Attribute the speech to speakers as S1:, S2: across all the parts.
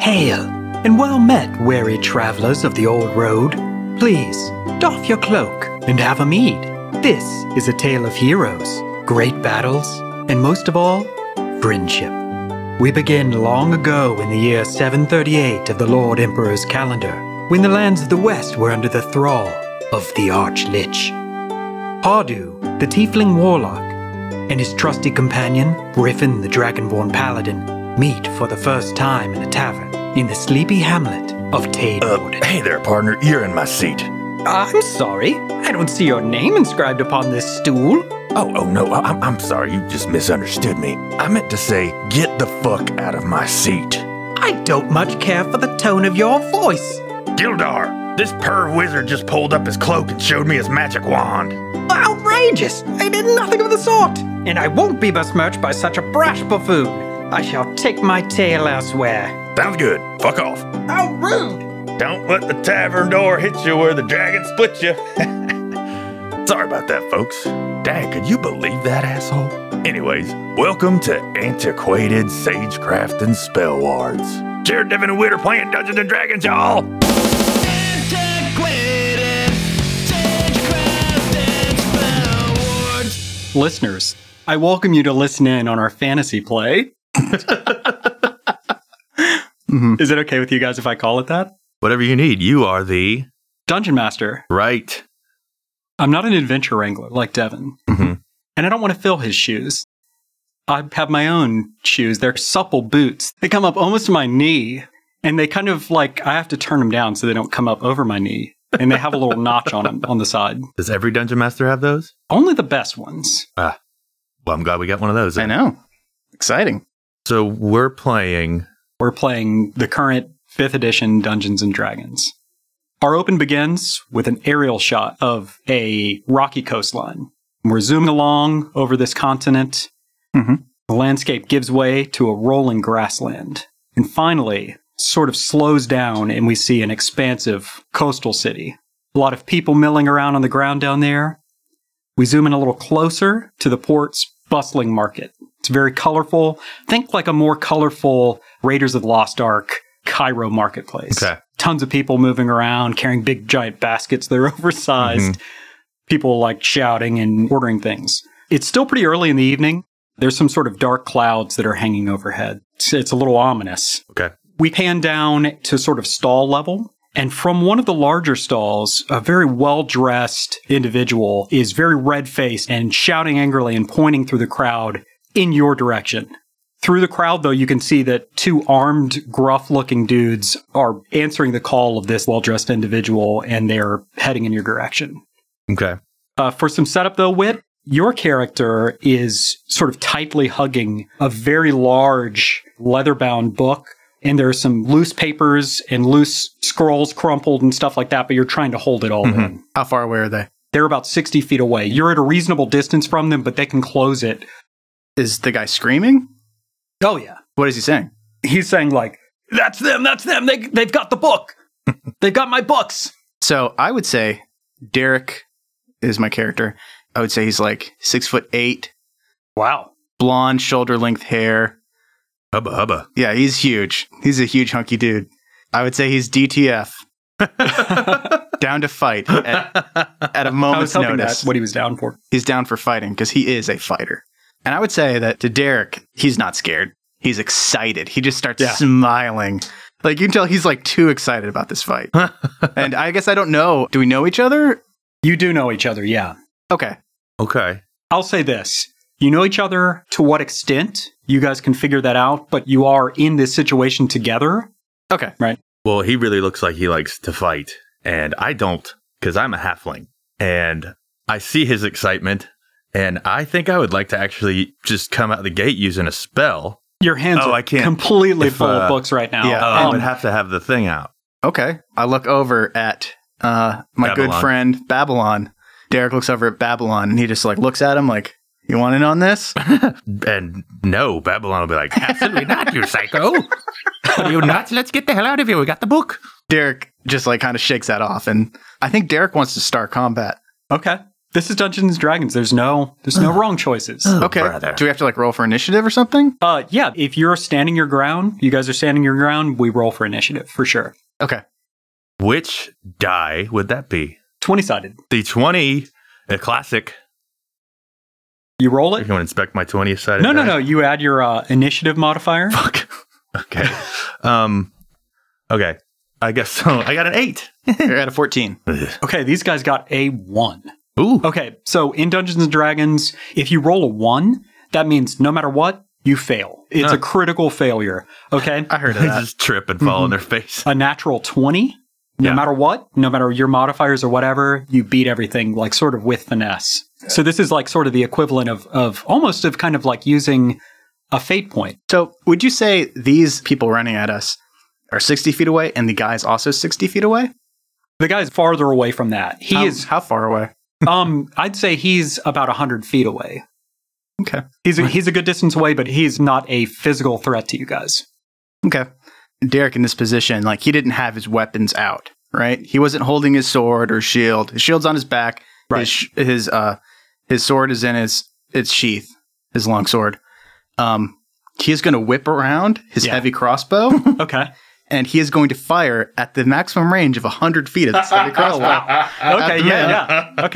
S1: Hail, and well met, wary travelers of the old road. Please, doff your cloak and have a mead. This is a tale of heroes, great battles, and most of all, friendship. We begin long ago in the year 738 of the Lord Emperor's calendar, when the lands of the West were under the thrall of the Arch Lich. Pardu, the Tiefling Warlock, and his trusty companion, Griffin the Dragonborn Paladin, meet for the first time in a tavern in the sleepy hamlet of Taidord.
S2: Uh, Hey there, partner, you're in my seat.
S1: Uh, I'm sorry, I don't see your name inscribed upon this stool.
S2: Oh, oh no, I- I'm, I'm sorry, you just misunderstood me. I meant to say, get the fuck out of my seat.
S1: I don't much care for the tone of your voice.
S3: Gildar, this perv wizard just pulled up his cloak and showed me his magic wand.
S1: Outrageous! I did nothing of the sort! And I won't be besmirched by such a brash buffoon! I shall take my tail elsewhere.
S3: Sounds good. Fuck off.
S1: How rude!
S3: Don't let the tavern door hit you where the dragon split you.
S2: Sorry about that, folks. Dad, could you believe that asshole? Anyways, welcome to Antiquated Sagecraft and Spell Wards.
S3: Jared, Devin, and Wit are playing Dungeons and Dragons, y'all.
S1: Listeners, I welcome you to listen in on our fantasy play.
S4: Mhm.
S1: Is it okay with you guys if I call it that?
S4: Whatever you need, you are the
S1: Dungeon Master,
S4: right.
S1: I'm not an adventure wrangler like Devin,
S4: Mhm.
S1: and I don't want to fill his shoes. I have my own shoes. They're supple boots. They come up almost to my knee, and they kind of like I have to turn them down so they don't come up over my knee, and they have a little notch on them on the side.
S4: Does every dungeon master have those?
S1: Only the best ones.
S4: Well, I'm glad we got one of those.
S5: I know. Exciting.
S4: So we're playing.
S1: We're playing the current fifth edition Dungeons and Dragons. Our open begins with an aerial shot of a rocky coastline. We're zooming along over this continent.
S5: Mhm.
S1: The landscape gives way to a rolling grassland. And finally, sort of slows down, and we see an expansive coastal city. A lot of people milling around on the ground down there. We zoom in a little closer to the port's bustling market. It's very colorful. Think like a more colorful Raiders of the Lost Ark Cairo marketplace.
S4: Okay.
S1: Tons of people moving around, carrying big giant baskets. They're oversized. People like shouting and ordering things. It's still pretty early in the evening. There's some sort of dark clouds that are hanging overhead. It's, it's a little ominous.
S4: Okay.
S1: We pan down to sort of stall level. And from one of the larger stalls, a very well dressed individual is very red faced and shouting angrily and pointing through the crowd in your direction. Through the crowd, though, you can see that two armed, gruff looking dudes are answering the call of this well dressed individual and they're heading in your direction.
S4: Okay.
S1: Uh, for some setup, though, Whit, your character is sort of tightly hugging a very large leather bound book. And there are some loose papers and loose scrolls crumpled and stuff like that, but you're trying to hold it all
S4: Mhm.
S1: in.
S5: How far away are they?
S1: They're about 60 feet away. You're at a reasonable distance from them, but they can close it.
S5: Is the guy screaming?
S1: Oh, yeah.
S5: What is he saying?
S1: He's saying, like, that's them, that's them. They, they've got the book. they've got my books.
S5: So I would say Derek is my character. I would say he's like six foot eight,
S1: Wow.
S5: blonde, shoulder length hair.
S4: Hubba hubba.
S5: Yeah, he's huge. He's a huge hunky dude. I would say he's DTF, down to fight at, at a
S1: I was
S5: moment's
S1: hoping
S5: notice.
S1: that's what he was down for.
S5: He's down for fighting because he is a fighter. And I would say that to Derek, he's not scared. He's excited. He just starts
S1: Yeah.
S5: smiling. Like you can tell he's like too excited about this fight. and I guess I don't know. Do we know each other?
S1: You do know each other, yeah.
S5: Okay.
S4: Okay.
S1: I'll say this. You know each other to what extent? You guys can figure that out, but you are in this situation together.
S5: Okay.
S4: Well, he really looks like he likes to fight, and I don't because I'm a halfling, and I see his excitement, and I think I would like to actually just come out the gate using a spell.
S1: Your hands
S4: Oh,
S1: are
S4: I can't.
S1: completely
S4: If,
S1: full
S4: uh,
S1: of books right now.
S5: yeah.
S4: Uh, I
S1: Um,
S4: would have to have the thing out.
S5: Okay. I look over at uh, my good
S4: Babylon.
S5: friend Babylon. Derek looks over at Babylon and he just like looks at him like, You want in on this?
S4: And no, Babylon will be like, absolutely not, you psycho. Are you nuts? Let's get the hell out of here. We got the book.
S5: Derek just like kind of shakes that off. And I think Derek wants to start combat.
S1: okay. This is Dungeons and Dragons. There's no there's no wrong choices.
S4: Oh,
S5: okay.
S2: Oh, brother.
S5: Do we have to like roll for initiative or something?
S1: Uh, yeah, if you're standing your ground, you guys are standing your ground, we roll for initiative for sure.
S5: Okay.
S4: Which die would that be?
S1: 20 sided.
S4: The 20, the classic.
S1: You roll
S4: You want
S1: it?
S4: to inspect my 20th side?
S1: No, no, no. You add your uh, initiative modifier.
S4: Fuck. Okay. um, okay. I guess so. I got an eight.
S5: You're at a 14.
S1: Okay, these guys got a one.
S4: Ooh.
S5: Oh,
S1: Okay, so in Dungeons and Dragons, if you roll a one, that means no matter what, you fail. It's
S4: Huh.
S1: a critical failure. Okay.
S5: I heard of
S4: They
S5: that.
S4: just trip and fall on their face.
S1: a natural 20 no
S4: Yeah.
S1: matter what no matter your modifiers or whatever you beat everything like sort of with finesse so this is like sort of the equivalent of of almost of kind of like using a fate point
S5: So, would you say these people running at us are 60 feet away and the guy's also 60 feet away?
S1: the guy's farther away from that he
S5: How-
S1: is
S5: How far away?
S1: um i'd say he's about 100 feet away
S5: Okay.
S1: he's a, he's a good distance away but he's not a physical threat to you guys
S5: Okay. Derek in this position, like he didn't have his weapons out, right? He wasn't holding his sword or shield. His shield's on his back.
S1: Right.
S5: His, sh- his uh his sword is in his its sheath, his long sword. Um he is going to whip around his
S1: Yeah.
S5: heavy crossbow
S1: okay
S5: and he is going to fire at the maximum range of 100 feet of this heavy
S4: Oh,
S5: crossbow.
S1: okay
S5: the man.
S1: yeah yeah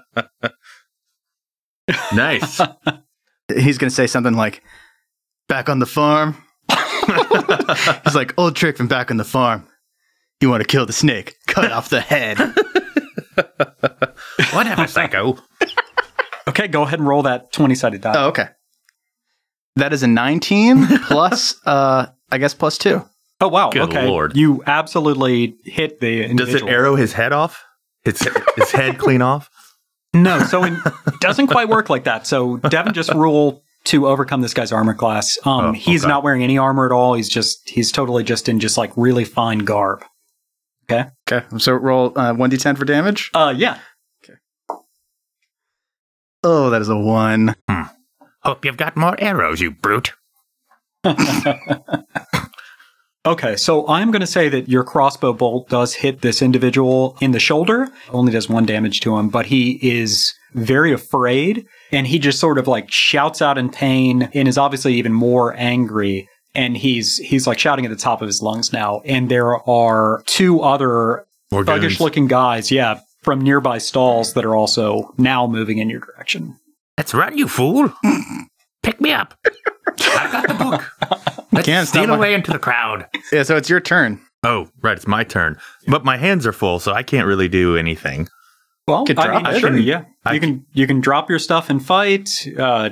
S1: okay
S4: Nice.
S5: He's going to say something like, Back on the farm. He's like, Old trick from back on the farm. You want to kill the snake? Cut off the head.
S4: Whatever, psycho.
S1: okay go ahead and roll that 20 sided die
S5: Oh, okay. That is a 19 plus, uh, I guess, plus two.
S1: oh wow
S4: good
S1: okay
S4: lord.
S1: you absolutely hit the
S4: Does it
S1: individual.
S4: arrow his head off? His, his head clean off?
S1: No, so it doesn't quite work like that. So Devin just rule to overcome this guy's armor class. Um,
S4: Oh,
S1: he's
S4: okay.
S1: not wearing any armor at all. He's just he's totally just in just like really fine garb.
S5: Okay. So roll uh, 1d10 for damage.
S1: Uh, yeah,
S5: Oh, that is a one.
S2: Hope you've got more arrows, you brute.
S1: Okay, so I'm going to say that your crossbow bolt does hit this individual in the shoulder, only does one damage to him, but he is very afraid and he just sort of like shouts out in pain and is obviously even more angry and he's he's like shouting at the top of his lungs now and there are two other
S4: More goons.
S1: thuggish looking guys, yeah, from nearby stalls that are also now moving in your direction.
S2: That's right, you fool. Pick me up. I've got the book. Let's
S5: Can't stop
S2: steal
S5: my-
S2: away into the crowd.
S5: Yeah, so it's your turn.
S4: Oh, right. It's my turn. But my hands are full, so I can't really do anything.
S1: Well,
S5: Could
S1: I
S5: drop
S1: mean,
S4: it.
S1: sure, yeah,
S4: I
S1: you can you can drop your stuff and fight. Uh,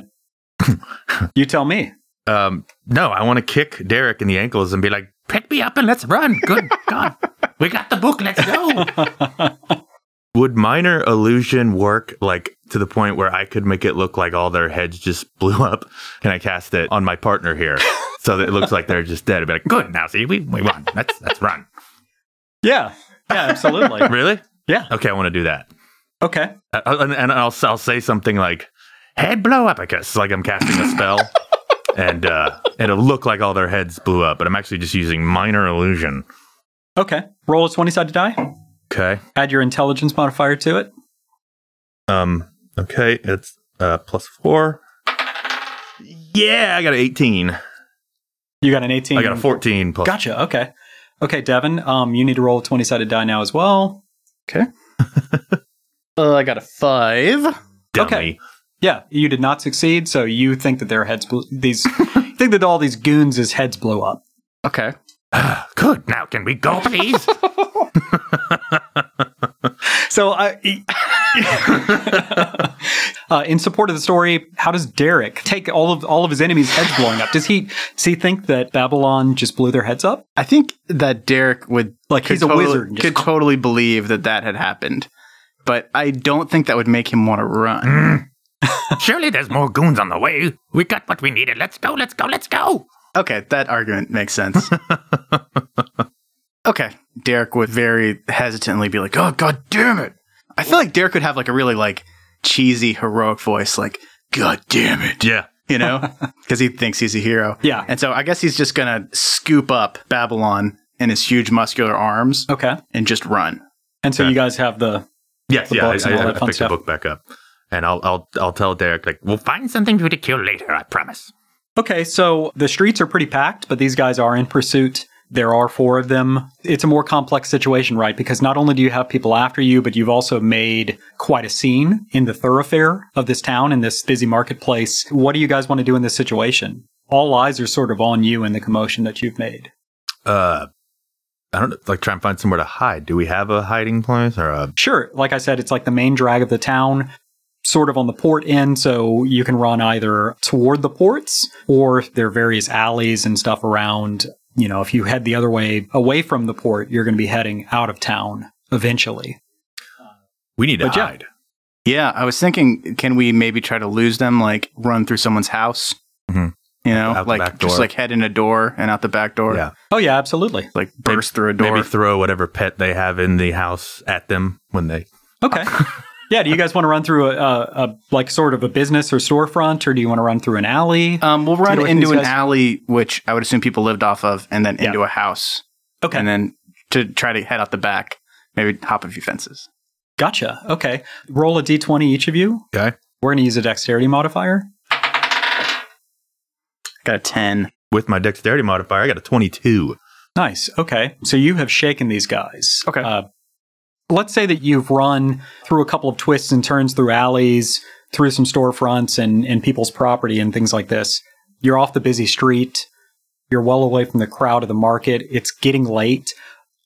S1: you tell me.
S4: Um, no, I want to kick Derek in the ankles and be like,
S2: Pick me up and let's run. Good God. We got the book. Let's go.
S4: would minor illusion work like to the point where I could make it look like all their heads just blew up and I cast it on my partner here so that it looks like they're just dead? I'd be like, good.
S2: Good. Now, see, we, we won. Let's, let's run.
S1: Yeah. Yeah, absolutely.
S4: Really?
S1: Yeah.
S4: Okay, I want to do that.
S1: Okay.
S4: Uh, and, and I'll I'll say something like head blow epicus, like I'm casting a spell, and uh, it'll look like all their heads blew up, but I'm actually just using minor illusion.
S1: Okay. Roll a 20 sided die.
S4: Okay.
S1: Add your intelligence modifier to it.
S4: Um. Okay. It's uh, plus four. Yeah, I got an 18.
S1: You got an 18.
S4: I got a 14 plus.
S1: Gotcha. Okay. Okay, Devin, um, you need to roll a 20 sided die now as well.
S5: Uh, I got a five.
S4: Dummy.
S1: Okay. Yeah, you did not succeed, so you think that their heads blew these you think that all these goons' heads blew up.
S5: Okay.
S2: Good. Now, can we go, please?
S1: So I uh, in support of the story, how does Derek take all of all of his enemies' heads blowing up? Does he does he think that Babylon just blew their heads up?
S5: I think that Derek would
S1: Like he's a
S5: could totally-
S1: wizard and just
S5: Could totally believe that that had happened, but I don't think that would make him want to run.
S2: Surely there's more goons on the way. We got what we needed. Let's go. Let's go. Let's go.
S5: Okay, that argument makes sense. okay, Derek would very hesitantly be like, "Oh god damn it!" I feel like Derek would have like a really like cheesy heroic voice, like "God damn it,"
S4: Yeah.
S5: you know, because he thinks he's a hero.
S1: Yeah.
S5: And so I guess he's just gonna scoop up Babylon in his huge muscular arms
S1: Okay.
S5: and just run.
S1: And so
S4: Okay.
S1: you guys have the
S4: Yes,
S1: the
S4: yeah, I,
S1: books and all
S4: I, I
S1: that fun
S4: picked
S1: stuff.
S4: the book back up, and I'll I'll I'll tell Derek like we'll find something to cure later. I promise.
S1: Okay, so the streets are pretty packed, but these guys are in pursuit. There are four of them. It's a more complex situation, right? Because not only do you have people after you, but you've also made quite a scene in the thoroughfare of this town, in this busy marketplace. What do you guys want to do in this situation? All eyes are sort of on you and the commotion that you've made.
S4: Uh, I don't know, like try and find somewhere to hide. Do we have a hiding place or a?
S1: Sure, like I said, it's like the main drag of the town, sort of on the port end, so you can run either toward the ports or there are various alleys and stuff around. You know, if you head the other way away from the port, you're going to be heading out of town eventually.
S4: We need to
S1: But yeah.
S4: hide.
S5: Yeah, I was thinking, can we maybe try to lose them? Like run through someone's house,
S4: Mhm.
S5: you know,
S4: Out the
S5: like
S4: back
S5: just
S4: door.
S5: like head in a door and out the back door,
S4: Yeah.
S1: Oh, yeah, absolutely.
S5: like burst through a door.
S4: Maybe throw whatever pet they have in the house at them when they.
S1: Okay. yeah, do you guys want to run through a, a, a like sort of a business or storefront, or do you want to run through an alley?
S5: um, we'll run
S1: like
S5: into
S1: these
S5: an
S1: guys-
S5: alley, which I would assume people lived off of, and then
S1: Yeah.
S5: into a house,
S1: okay.
S5: and then to try to head out the back, maybe hop a few fences.
S1: Gotcha. Okay. Roll a d20 each of you.
S4: Okay.
S1: We're going to use a dexterity modifier.
S5: Got a ten.
S4: With my dexterity modifier, I got a 22.
S1: Nice. Okay. So you have shaken these guys.
S5: Okay.
S1: Uh, let's say that you've run through a couple of twists and turns through alleys, through some storefronts and, and people's property and things like this. You're off the busy street. You're well away from the crowd of the market. It's getting late.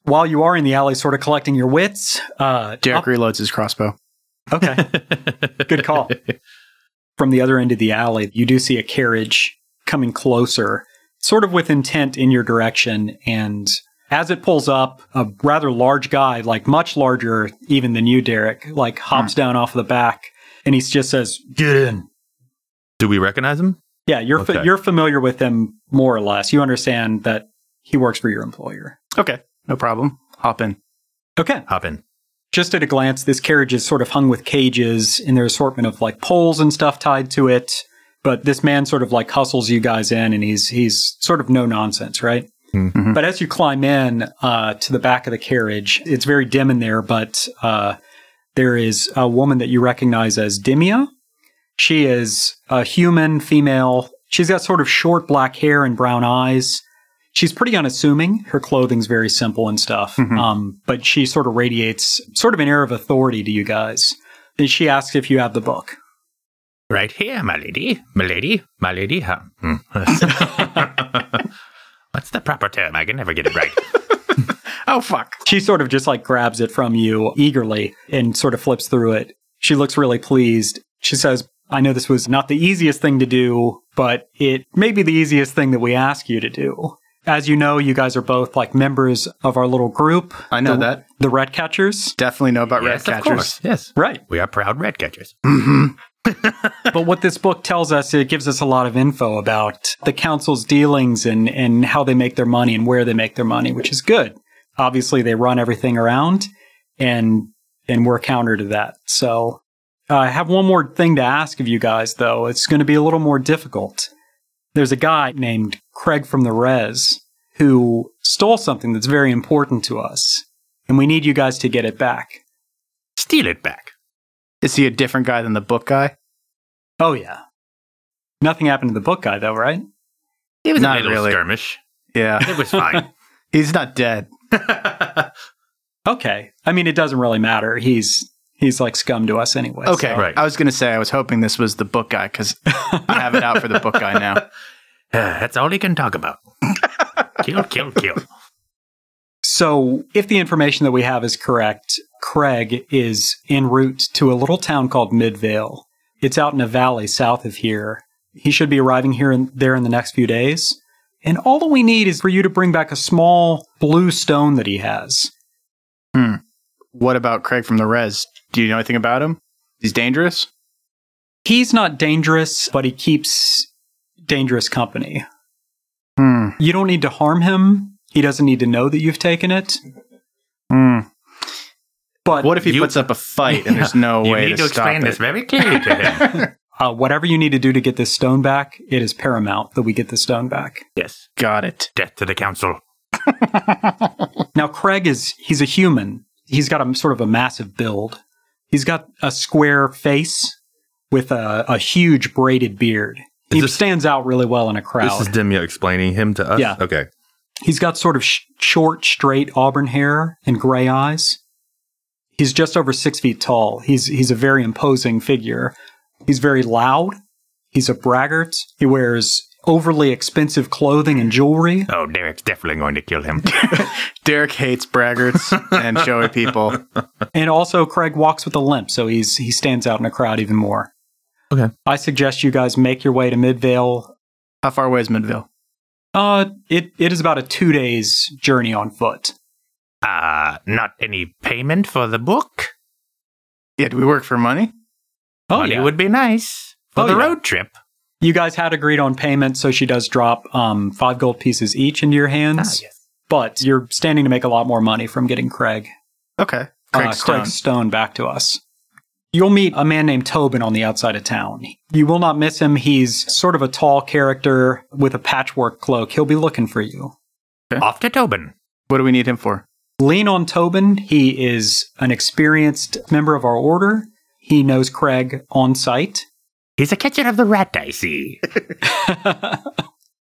S1: While you are in the alley, sort of collecting your wits, uh,
S5: Derek reloads his crossbow.
S1: Okay. Good call. From the other end of the alley, you do see a carriage coming closer, sort of with intent in your direction. And as it pulls up, a rather large guy, like much larger even than you, Derek, like hops down off the back and he just says, Get in.
S4: Do we recognize him?
S1: Yeah, you're, fa-
S4: Okay.
S1: you're familiar with him more or less. You understand that he works for your employer.
S5: Okay, no problem. Hop in.
S1: Okay.
S4: Hop in.
S1: just at a glance, this carriage is sort of hung with cages and their assortment of like poles and stuff tied to it. But this man sort of like hustles you guys in, and he's he's sort of no nonsense, right?
S5: Mhm.
S1: But as you climb in uh, to the back of the carriage, it's very dim in there, but uh, there is a woman that you recognize as Demia. She is a human female. She's got sort of short black hair and brown eyes. She's pretty unassuming. Her clothing's very simple and stuff. Um, but she sort of radiates sort of an air of authority to you guys. And she asks if you have the book.
S4: Right here, my lady. My lady. My lady. Huh? Hmm. What's the proper term? I can never get it right.
S5: Oh fuck!
S1: She sort of just like grabs it from you eagerly and sort of flips through it. She looks really pleased. She says, I know this was not the easiest thing to do, but it may be the easiest thing that we ask you to do. As you know, you guys are both like members of our little group,
S5: I know that.
S1: the Red Catchers.
S5: Definitely know about
S4: yes,
S5: rat
S4: of
S5: catchers.
S4: course. Yes.
S1: Right.
S4: We are proud rat catchers.
S1: But what this book tells us, it gives us a lot of info about the council's dealings and, and how they make their money and where they make their money, which is good. Obviously, they run everything around, and and we're counter to that. So uh, I have one more thing to ask of you guys, though. It's going to be a little more difficult. There's a guy named Craig from the Res who stole something that's very important to us, and we need you guys to get it back.
S4: Steal it back.
S5: Is he a different guy than the book guy?
S1: Oh yeah, nothing happened to the book guy, though, right?
S5: It was
S4: A
S5: not
S4: little
S5: really.
S4: skirmish.
S5: Yeah,
S4: It was fine.
S5: he's not dead.
S1: Okay. I mean, it doesn't really matter. He's he's like scum to us anyway.
S5: Okay,
S1: so-
S4: Right.
S5: I was gonna say I was hoping this was the book guy because I have it out for the book guy now.
S3: Uh,
S4: That's all he can talk about. kill, kill, kill.
S1: So, if the information that we have is correct, Craig is en route to a little town called Midvale. It's out in a valley south of here. He should be arriving here and there in the next few days. And all that we need is for you to bring back a small blue stone that he has.
S5: What about Craig from the Res? Do you know anything about him? He's dangerous.
S1: He's not dangerous, but he keeps dangerous company.
S5: Hmm.
S1: You don't need to harm him. He doesn't need to know that you've taken it.
S5: Hmm.
S1: But
S5: What if he
S4: You-
S5: puts up a fight and there's no
S4: You
S5: way
S4: need
S5: to,
S4: to
S5: stop
S4: explain
S5: it?
S4: this very clearly to him.
S1: Uh, whatever you need to do to get this stone back, it is paramount that we get this stone back.
S4: yes.
S5: Got it.
S4: Death to the council.
S1: Now, Craig is, he's a human. He's got a sort of a massive build. He's got a square face with a, a huge braided beard. He
S4: this-
S1: stands out really well in a crowd.
S4: This is Demya explaining him to us.
S1: Yeah.
S4: Okay.
S1: He's got sort of sh- short, straight auburn hair and gray eyes. He's just over six feet tall. He's he's a very imposing figure. He's very loud. He's a braggart. He wears overly expensive clothing and jewelry.
S3: Oh, Derek's definitely going to kill him.
S5: Derek hates braggarts and showy people.
S1: And also, Craig walks with a limp, so he's he stands out in a crowd even more.
S4: Okay.
S1: I suggest you guys make your way to Midvale.
S5: How far away is Midville?
S1: Uh, it, it is about a two days journey on foot.
S3: Uh, not any payment for the book?
S5: Yeah, do we work for money?
S1: Oh,
S3: Money
S1: yeah.
S3: would be nice for
S1: Oh,
S3: the
S1: yeah.
S3: road trip.
S1: you guys had agreed on payment, so she does drop um, five gold pieces each into your hands. But you're standing to make a lot more money from getting Craig,
S5: Okay.
S1: uh,
S5: Craig Stone.
S1: Craig Stone back to us. You'll meet a man named Tobin on the outside of town. You will not miss him. He's sort of a tall character with a patchwork cloak. He'll be looking for you.
S3: Off to Tobin.
S5: What do we need him for?
S1: Lean on Tobin. He is an experienced member of our order. He knows Craig on site.
S3: He's a catcher of the rat, I see.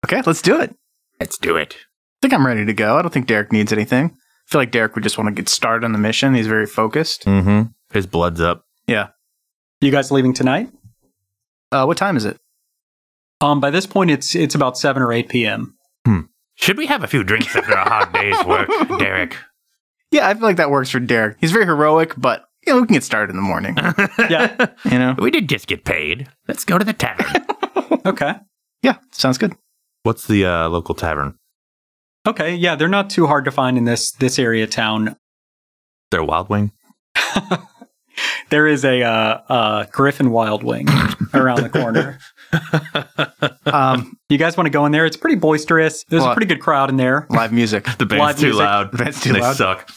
S5: Okay, let's do it. I
S3: Let's do it.
S5: think I'm ready to go. I don't think Derek needs anything. I feel like Derek would just want to get started on the mission. He's very focused.
S4: Mm-hmm. His blood's up.
S1: you guys leaving tonight?
S5: Uh, what time is it?
S1: Um, by this point, it's it's about seven or eight p.m.
S3: Should we have a few drinks after a hard day's work, Derek?
S5: Yeah, I feel like that works for Derek. He's very heroic, but you know, we can get started in the morning.
S1: Yeah.
S5: You know?
S3: We did just get paid. Let's go to the tavern.
S1: Okay.
S5: Yeah, sounds good.
S4: What's the uh, local tavern?
S1: Okay, yeah, they're not too hard to find in this this area of town.
S4: Their Wild Wing?
S1: There is a uh, uh, Griffin Wild Wing around the corner.
S5: Um,
S1: You guys want to go in there? It's pretty boisterous. There's a
S5: Well,
S1: pretty good crowd in there.
S5: live music.
S4: The band's
S1: Live
S4: too
S1: music.
S4: loud.
S5: The band's too
S4: they
S5: loud.
S4: suck.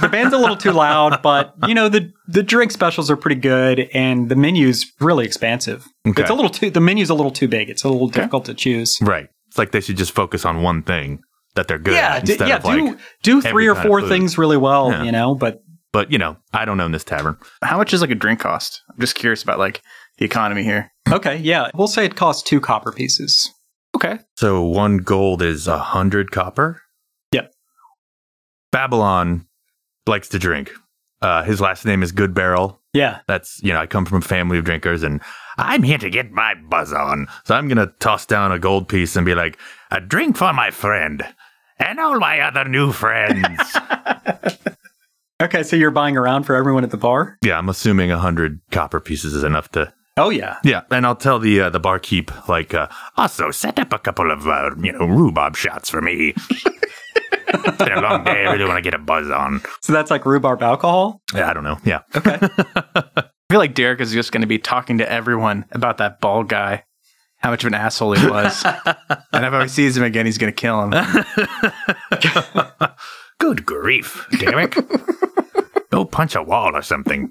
S1: The band's a little too loud, but you know the the drink specials are pretty good, and the menu's really expansive.
S4: Okay.
S1: It's a little too the menu's a little too big. It's a little difficult to choose.
S4: Right. It's like they should just focus on one thing that they're good
S1: Yeah,
S4: at
S1: d-
S4: instead
S1: yeah.
S4: of like.
S1: Do do
S4: every
S1: three or
S4: kind of
S1: four
S4: food.
S1: things really well,
S4: Yeah.
S1: you know. But
S4: But you know, I don't own this tavern.
S5: How much is like a drink cost? I'm just curious about like the economy here.
S1: okay, yeah, we'll say it costs two copper pieces.
S5: Okay.
S4: So one gold is a hundred copper.
S1: Yep.
S4: Babylon likes to drink. Uh, his last name is Good Barrel.
S1: Yeah,
S4: That's you know, I come from a family of drinkers, and
S3: I'm here to get my buzz on.
S4: so I'm gonna toss down a gold piece and be like,
S3: A drink for my friend and all my other new friends.
S1: Okay, so you're buying around for everyone at the bar?
S4: yeah, I'm assuming a hundred copper pieces is enough to.
S1: Oh yeah.
S4: Yeah, and I'll tell the uh, the barkeep like, uh,
S3: also, set up a couple of, uh, you know, rhubarb shots for me. it's been a long day. I really want to get a buzz on.
S1: So that's like rhubarb alcohol?
S4: I don't know. Yeah,
S1: Okay.
S5: I feel like Derek is just going to be talking to everyone about that bald guy, how much of an asshole he was. and if he sees him again, he's going to kill him.
S3: Good grief, Derek. Go punch a wall or something.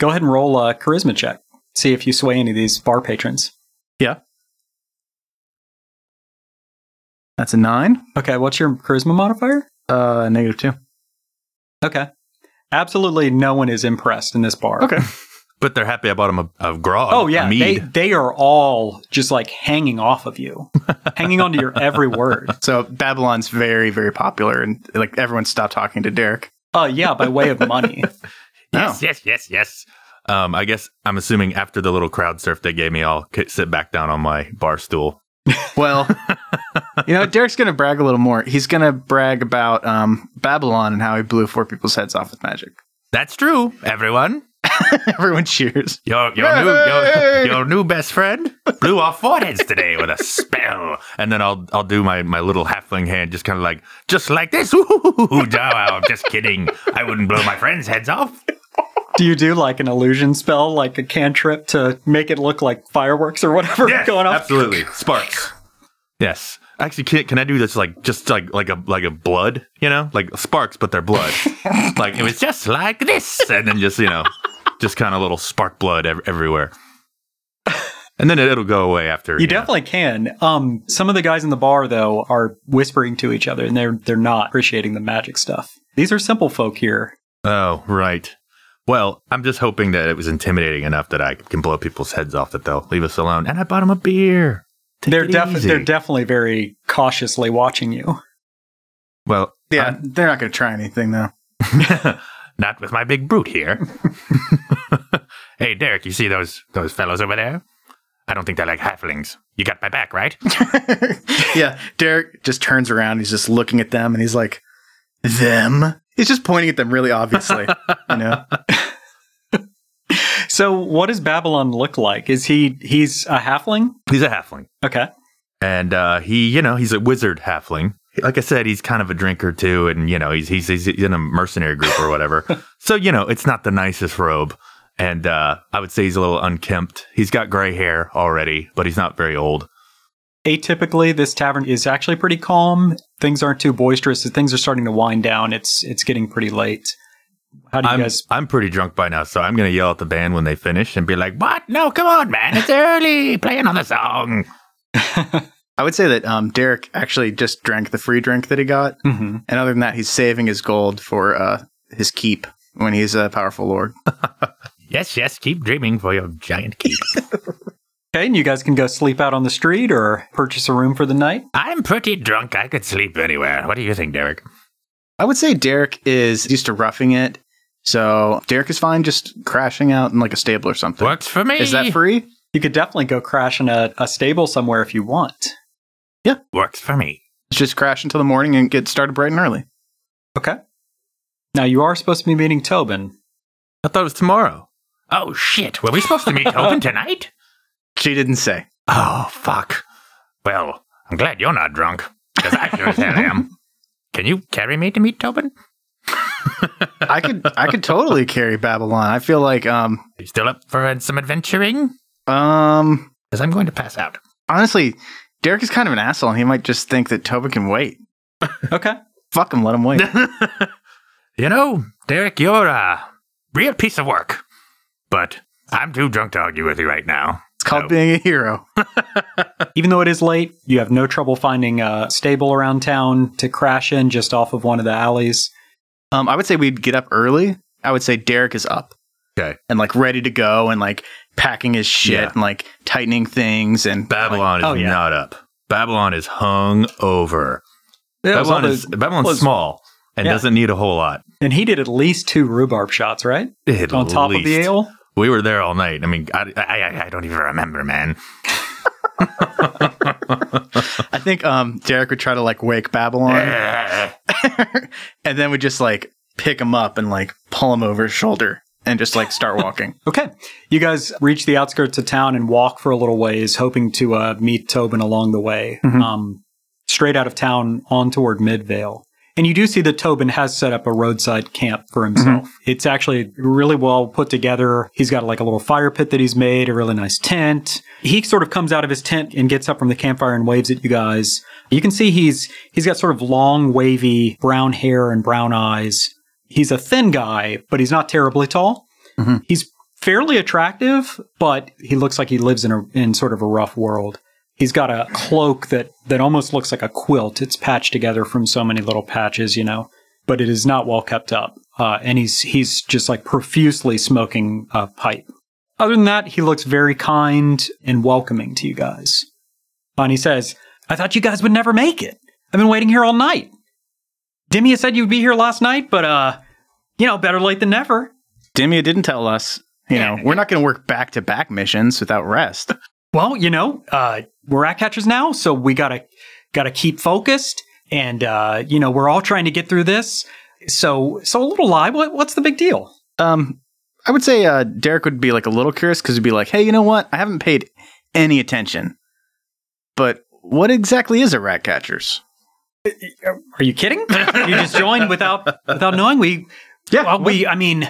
S1: Go ahead and roll a charisma check. See if you sway any of these bar patrons.
S5: That's a nine,
S1: Okay, what's your charisma modifier?
S5: uh, negative two.
S1: Okay. Absolutely no one is impressed in this bar.
S5: Okay.
S4: but they're happy I bought them a, a grog.
S1: Oh yeah,
S4: a
S1: they,
S4: mead.
S1: they are all just like hanging off of you, hanging on to your every word.
S5: So Babylon's very, very popular, and like everyone stopped talking to Derek.
S1: uh, yeah, by way of money.
S5: No.
S3: Yes, yes, yes, yes.
S4: Um, I guess I'm assuming after the little crowd surf they gave me, I'll k- sit back down on my bar stool.
S5: Well, you know, Derek's going to brag a little more. He's going to brag about um, Babylon and how he blew four people's heads off with magic.
S3: That's true, everyone.
S5: Everyone cheers.
S3: Your, your, new, your, your new best friend blew our foreheads today with a spell.
S4: And then I'll I'll do my, my little halfling hand, just kind of like just like this. Ooh,
S3: Ooh, no, I'm just kidding. I wouldn't blow my friends' heads off.
S1: Do you do like an illusion spell, like a cantrip to make it look like fireworks or whatever
S3: Yes,
S1: going off?
S4: absolutely sparks. Yes, actually, can can I do this like just like like a like a blood? You know, like sparks, but they're blood. like it was just
S3: Just like this.
S4: and then just you know, just kind of little spark blood ev- everywhere. And then it, it'll go away after.
S1: You
S4: know.
S1: definitely can. Um, some of the guys in the bar though are whispering to each other, and they're they're not appreciating the magic stuff. These are simple folk here.
S4: Oh right. Well, I'm just hoping that it was intimidating enough that I can blow people's heads off that they'll leave us alone. And I bought them a beer. Take
S1: They're
S4: it
S1: definitely
S4: easy.
S1: they're definitely very cautiously watching you.
S4: well,
S5: Yeah, Um, they're not going to try anything though.
S3: Not with my big brute here. hey, Derek, you see those those fellows over there? I don't think they're like halflings. You got my back, right?
S5: yeah, Derek just turns around. He's just looking at them, and he's like, "Them." He's just pointing at them really obviously. you know,
S1: So what does Babylon look like? Is he he's a halfling?
S4: he's a halfling.
S1: Okay.
S4: and uh, he, you know, he's a wizard halfling. Like I said, he's kind of a drinker too, and you know, he's he's, he's in a mercenary group or whatever. so you know, it's not the nicest robe, and uh, I would say he's a little unkempt. He's got gray hair already, but he's not very old.
S1: Atypically, this tavern is actually pretty calm. Things aren't too boisterous. Things are starting to wind down. It's it's getting pretty late. How do you
S4: I'm
S1: guys?
S4: I'm pretty drunk by now, so I'm gonna yell at the band when they finish and be like, "What?
S3: No, come on, man. It's early. Play another song.
S5: I would say that um, Derek actually just drank the free drink that he got,
S1: hmm
S5: and other than that, he's saving his gold for uh, his keep when he's a powerful lord.
S3: Yes, yes, keep dreaming for your giant keep.
S1: Okay, and you guys can go sleep out on the street or purchase a room for the night.
S3: I'm pretty drunk. I could sleep anywhere. What do you think, Derek?
S5: I would say Derek is used to roughing it, so Derek is fine just crashing out in like a stable or something.
S3: Works for me.
S5: Is that free?
S1: You could definitely go crash in a, a stable somewhere if you want.
S3: Works for me.
S5: Let's just crash until the morning and get started bright and early.
S1: Okay. Now you are supposed to be meeting Tobin.
S4: I thought it was tomorrow."
S3: Oh shit! Were we supposed to meet Tobin tonight?
S5: She didn't say.
S3: Oh fuck. Well, I'm glad you're not drunk, because I sure as hell am. Can you carry me to meet Tobin?
S5: I could I could totally carry Babylon. I feel like um
S3: You still up for uh, some adventuring?
S5: um
S3: Because I'm going to pass out.
S5: honestly, Derek is kind of an asshole and he might just think that Tobin can wait.
S1: Okay.
S5: Fuck him, let him wait.
S3: You know, Derek, you're a real piece of work. But I'm too drunk to argue with you right now.
S5: It's called
S3: No.
S5: being a hero.
S1: Even though it is late, you have no trouble finding a stable around town to crash in just off of one of the alleys.
S5: Um I would say we'd get up early. I would say Derek is up.
S4: Okay.
S5: And like ready to go and like packing his shit
S4: Yeah.
S5: and like tightening things and
S4: Babylon is
S1: Oh, yeah.
S4: not up. Babylon is hung over.
S1: it was
S4: Babylon
S1: all
S4: is
S1: the-
S4: Babylon's
S1: was-
S4: small and
S1: Yeah.
S4: doesn't need a whole lot.
S1: And he did at least two rhubarb shots, right?
S4: At
S1: On top of the
S4: least.
S1: ale.
S4: We were there all night. I mean, I,
S3: I, I, I don't even remember, man.
S5: I think um Derek would try to like wake Babylon
S3: Ugh.
S5: and then we just like pick him up and like pull him over his shoulder and just like start walking.
S1: Okay. You guys reach the outskirts of town and walk for a little ways, hoping to uh, meet Tobin along the way,
S5: Mhm.
S1: um, straight out of town on toward Midvale. And you do see that Tobin has set up a roadside camp for himself. It's actually really well put together. He's got like a little fire pit that he's made, a really nice tent. He sort of comes out of his tent and gets up from the campfire and waves at you guys. You can see he's he's got sort of long, wavy brown hair and brown eyes. He's a thin guy, but he's not terribly tall he's fairly attractive, but he looks like he lives in a in sort of a rough world. He's got a cloak that that almost looks like a quilt. It's patched together from so many little patches, you know, but it is not well kept up. Uh, and he's he's just like profusely smoking a pipe. Other than that, he looks very kind and welcoming to you guys. And he says, "I thought you guys would never make it. I've been waiting here all night. Demia said you'd be here last night, but uh, you know, better late than never."
S5: Demia didn't tell us. You know, we're not going to work back to back missions without rest.
S1: Well, you know, uh, we're rat catchers now, so we gotta gotta keep focused, and uh, you know, we're all trying to get through this. So, so a little lie. What, what's the big deal?
S5: Um, I would say uh, Derek would be like a little curious because he'd be like, "Hey, you know what? I haven't paid any attention, but what exactly is a rat catchers?"
S1: Are you kidding? you just joined without without knowing. We
S5: Yeah,
S1: well, we. I mean,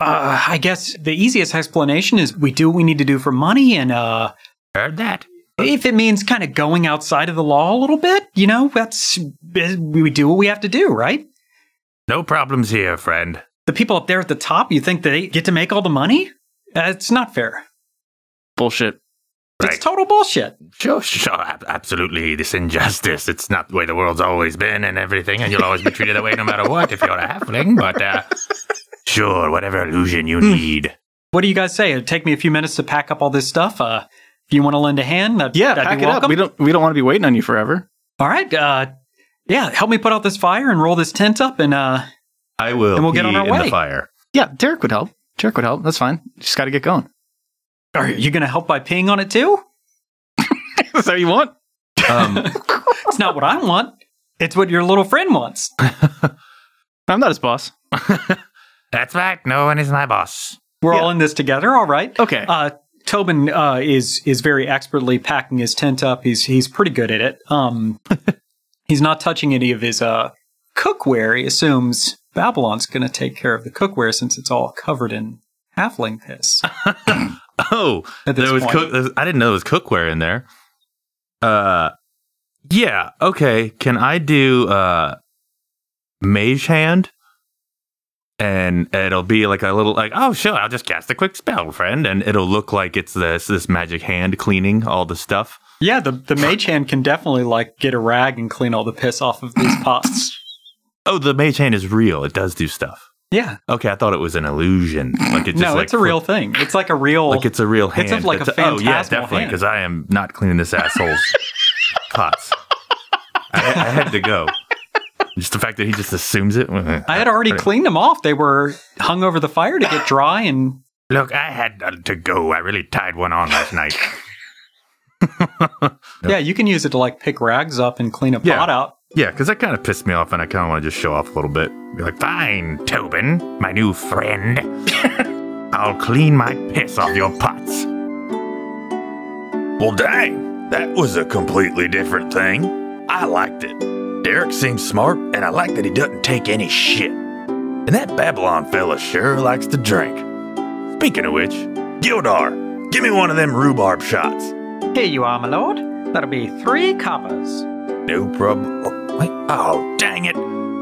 S1: uh, I guess the easiest explanation is we do what we need to do for money, and uh,
S3: Heard that?
S1: if it means kind of going outside of the law a little bit, you know, that's we do what we have to do, right?
S3: No problems here, friend.
S1: The people up there at the top, you think they get to make all the money? Uh, it's not fair.
S5: bullshit.
S3: Right.
S1: It's total bullshit.
S3: Sure, sure, ab- absolutely. This injustice. It's not the way the world's always been and everything, and you'll always be treated that way no matter what if you're a halfling, but uh, Sure, whatever illusion you need.
S1: What do you guys say? It'd take me a few minutes to pack up all this stuff. Uh, if you want to lend a hand, that,
S5: Yeah,
S1: that'd
S5: pack
S1: be
S5: it
S1: welcome.
S5: up. We don't we don't want to be waiting on you forever.
S1: all right. Uh, yeah, help me put out this fire and roll this tent up, and uh,
S4: I will.
S1: And we'll get on
S4: pee
S1: our
S4: In
S1: way.
S4: the fire.
S5: Yeah, Derek would help. Derek would help. That's fine. Just got to get going.
S1: are you going to help by ping on it too?
S5: Is that what you want?
S4: Um,
S1: It's not what I want. It's what your little friend wants.
S5: I'm not his boss.
S3: That's right. No one is my boss.
S1: We're
S5: Yeah.
S1: all in this together. All right.
S5: Okay.
S1: Uh, Tobin uh, is is very expertly packing his tent up. He's he's pretty good at it. Um, he's not touching any of his uh, cookware. He assumes Babylon's going to take care of the cookware since it's all covered in halfling piss.
S4: oh,
S1: At this
S4: there was
S1: point.
S4: cook. there's- I didn't know there was cookware in there. Uh, yeah. Okay. Can I do uh, mage hand? And it'll be like a little like oh sure I'll just cast a quick spell friend and it'll look like it's this this magic hand cleaning all the stuff.
S1: yeah, the the mage hand can definitely like get a rag and clean all the piss off of these pots.
S4: Oh, the mage hand is real. It does do stuff.
S1: Yeah,
S4: Okay, I thought it was an illusion. Like it just
S1: no,
S4: like
S1: it's a real thing. It's like a real.
S4: like it's a real hand.
S1: It's a- like a
S4: That's- oh yeah,
S1: phantasmal
S4: definitely.
S1: hand.
S4: Because I am not cleaning this asshole's pots. I, I had to go. Just the fact that he just assumes it.
S1: I had already cleaned them off. They were hung over the fire to get dry and
S3: Look, I had uh, to go. I really tied one on last night.
S4: Yep.
S1: Yeah, you can use it to like pick rags up and clean a
S4: Yeah.
S1: pot out.
S4: Yeah, because that kind of pissed me off, and I kind of want to just show off a little bit. Be like,
S3: Fine, Tobin, my new friend. I'll clean my piss off your pots.
S2: Well, dang, that was a completely different thing. I liked it. Derek seems smart, and I like that he doesn't take any shit. And that Babylon fella sure likes to drink. Speaking of which, Gildar, give me one of them rhubarb shots.
S1: Here you are, my lord. That'll be three coppers.
S2: No problem. Oh, wait. Oh, dang it.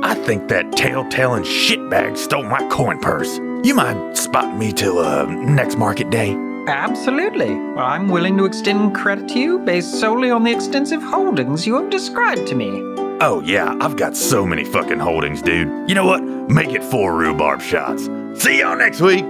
S2: I think that telltale shitbag stole my coin purse. You mind spotting me till uh, next market day?
S1: Absolutely. Well, I'm willing to extend credit to you based solely on the extensive holdings you have described to me.
S2: Oh, yeah, I've got so many fucking holdings, dude. You know what? Make it four rhubarb shots. See y'all next week.